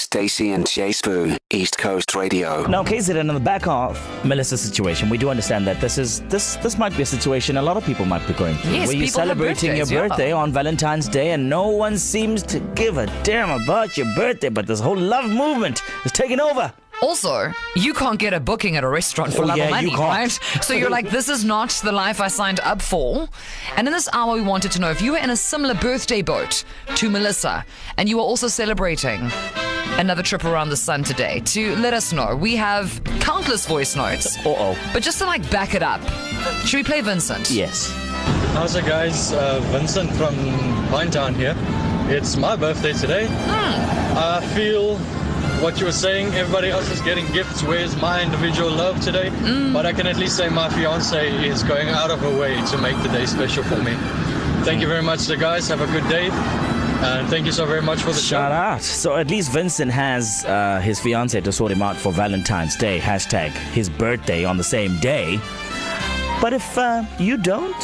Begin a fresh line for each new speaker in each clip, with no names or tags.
Stacy and Jay Spoo, East Coast Radio.
Now, KZN, on the back of Melissa's situation, we do understand that this is this this might be a situation a lot of people might be going through.
Yes,
where you're
people have
celebrating your
birthdays, yeah.
birthday on Valentine's Day, and no one seems to give a damn about your birthday, but this whole love movement is taking over.
Also, you can't get a booking at a restaurant for
Oh,
love
yeah,
or money,
you can't.
right? So you're like, this is not the life I signed up for. And in this hour, we wanted to know if you were in a similar birthday boat to Melissa and you were also celebrating another trip around the sun today, to let us know. We have countless voice notes.
Uh oh.
But just to like back it up, should we play Vincent?
Yes.
How's it, guys? Uh, Vincent from Pinetown here. It's my birthday today. I feel what you were saying. Everybody else is getting gifts. Where's my individual love today? But I can at least say my fiance is going out of her way to make the day special for me. Thank you very much, the guys. Have a good day. And thank you so very much for the show.
Shout out. So at least Vincent has uh, his fiance to sort him out for Valentine's Day. Hashtag his birthday on the same day. But if uh, you don't,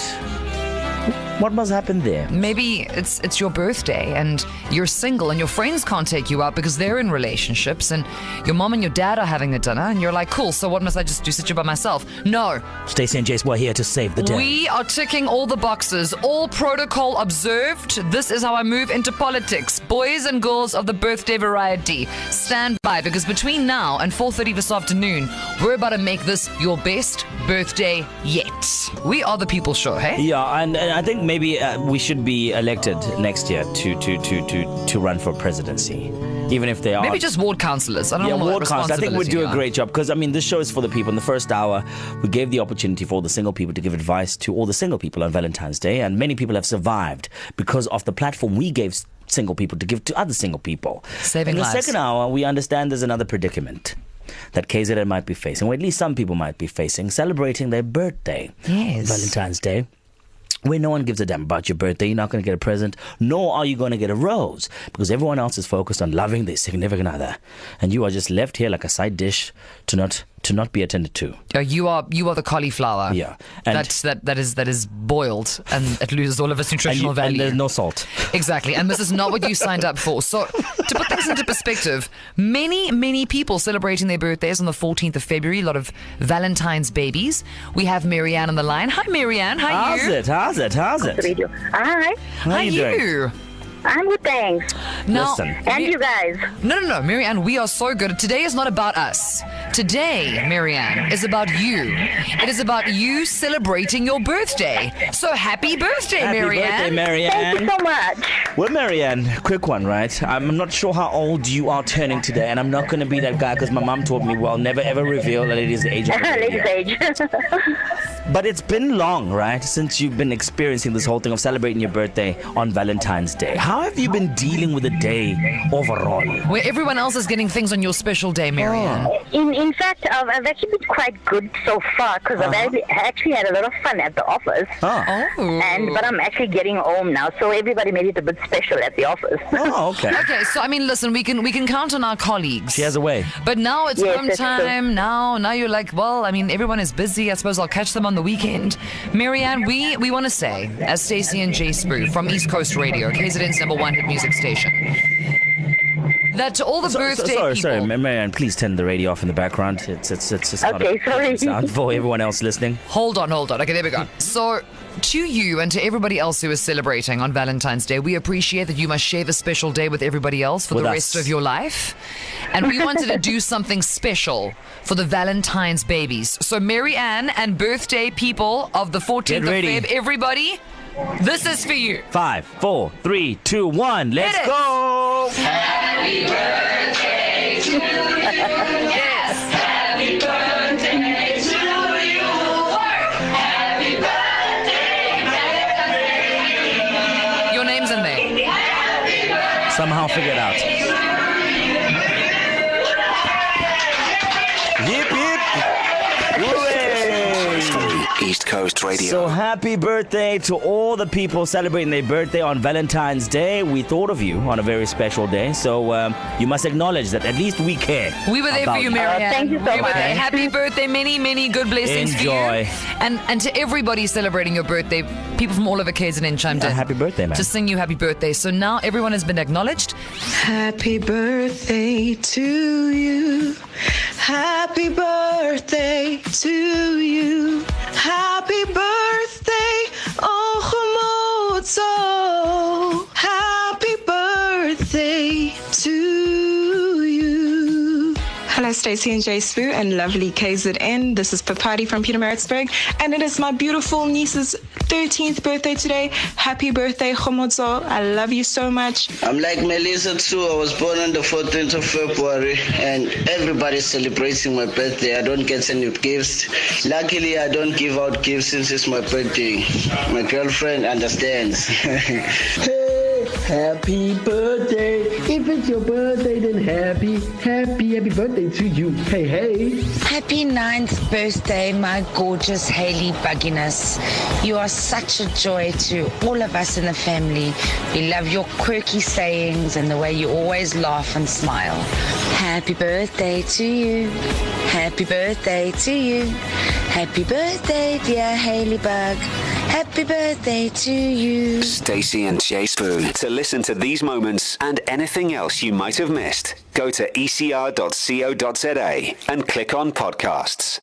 what must happen there?
Maybe it's it's your birthday and you're single and your friends can't take you out because they're in relationships and your mom and your dad are having a dinner and you're like, cool, so what must I just do? Sit here by myself? No.
Stacey and Jace were here to save the day.
We are ticking all the boxes, all protocol observed. This is how I move into politics. Boys and girls of the birthday variety, stand by because between now and 4:30 this afternoon, we're about to make this your best birthday yet. We are the people show, hey?
yeah, and, and I think maybe uh, we should be elected next year to to to to to run for presidency, even if they are
Maybe just ward councillors. I don't
Yeah,
know what
ward council. I think we
responsibility
do a
are.
great job because I mean, this show is for the people. In the first hour, we gave the opportunity for all the single people to give advice to all the single people on Valentine's Day, and many people have survived because of the platform we gave s- single people to give to other single people.
Saving
In the
lives.
second hour, we understand there's another predicament. That KZN might be facing, or at least some people might be facing, celebrating their birthday.
Yes.
Valentine's Day where no one gives a damn about your birthday. You're not going to get a present, nor are you going to get a rose because everyone else is focused on loving their significant other, and you are just left here like a side dish to not to not be attended to.
Yeah, you are you are the cauliflower.
Yeah, and-
that that that is that is boiled and it loses all of its
And,
nutritional
you- and
value.
there's no salt.
Exactly. And this is not what you signed up for. So, to put things into perspective, many, many people celebrating their birthdays on the 14th of February, a lot of Valentine's babies. We have Marianne on the line. Hi, Marianne. Hi,
How's
you.
it? How's it? How's it?
radio. Hi,
How
Hi,
you doing?
I'm good, thanks.
Now,
Listen.
And you guys.
No, no, no, Marianne, we are so good. Today is not about us. Today, Marianne, is about you. It is about you celebrating your birthday. So, happy birthday,
Happy birthday,
Marianne.
Thank you
Marianne.
so much.
Well, Marianne, quick one, right? I'm not sure how old you are turning today, and I'm not going to be that guy because my mom told me, well, never ever reveal that it is the age of the baby.
Ladies' age.
But it's been long, right, since you've been experiencing this whole thing of celebrating your birthday on Valentine's Day. How have you been dealing with the day overall?
Where everyone else is getting things on your special day, Marianne.
in in fact, I've, I've actually been quite good so far because I've actually, actually had a lot of fun at the office.
Oh,
Oh.
And but I'm actually getting home now, so everybody made it a bit special at the office.
oh okay.
Okay, so I mean, listen, we can we can count on our colleagues.
She has a way.
But now it's
Yes,
home
that's true.
time. Now, now you're like, well, I mean, everyone is busy. I suppose I'll catch them on the weekend. Marianne, we we want to say, as Stacey and Jay Sprue from East Coast Radio, KZN's number one hit music station, that to all the birthday
sorry,
people.
sorry, Ma- Marianne, please turn the radio off in the background. It's it's it's just not
Okay,
a
sorry.
sound for everyone else listening.
Hold on, hold on. Okay, there we
Hmm.
go. So, to you and to everybody else who is celebrating on Valentine's Day, we appreciate that you must share the special day with everybody else for
With
the
us.
rest of your life. And we wanted to do something special for the Valentine's babies. So, Mary Ann and birthday people of the 14th
Get
of
ready.
Feb, everybody, this is for you.
Five, four, three, two, one. Let's
it.
go.
Your name's in there.
Somehow figure it out. Yip yip. Hooray.
Free East Coast Radio.
So happy birthday to all the people celebrating their birthday on Valentine's Day. We thought of you on a very special day, so um, you must acknowledge that at least we care.
We were there for
about
you, Marianne.
thank you so
we Were
much.
there. Happy birthday. Many, many good blessings
Enjoy.
for you. And and to everybody celebrating your birthday, people from all over KZN chimed
Yeah,
in.
happy birthday, man.
To sing you happy birthday. So now everyone has been acknowledged.
Happy birthday to you. Happy birthday to you. Happy birthday, Ohomotso. Happy birthday to you. Hello, Stacey and Jay Spoo and lovely KZN. This is Papati from Peter Maritzburg, and it is my beautiful niece's 13th birthday today. Happy birthday, Homotso. I love you so much.
I'm like Melissa too. I was born on the 14th of February, and everybody's celebrating my birthday. I don't get any gifts. Luckily, I don't give out gifts since it's my birthday. My girlfriend understands. hey, happy birthday! If it's your birthday, then happy, happy, happy birthday to you. Hey, hey.
Happy ninth birthday, my gorgeous Haley Bugginess. You are such a joy to all of us in the family. We love your quirky sayings and the way you always laugh and smile. Happy birthday to you. Happy birthday to you. Happy birthday, dear Haley Bug. Happy birthday to you.
Stacy and Jay Spoon. To listen to these moments and anything else E you might have missed, go to ecr.co.za and click on podcasts.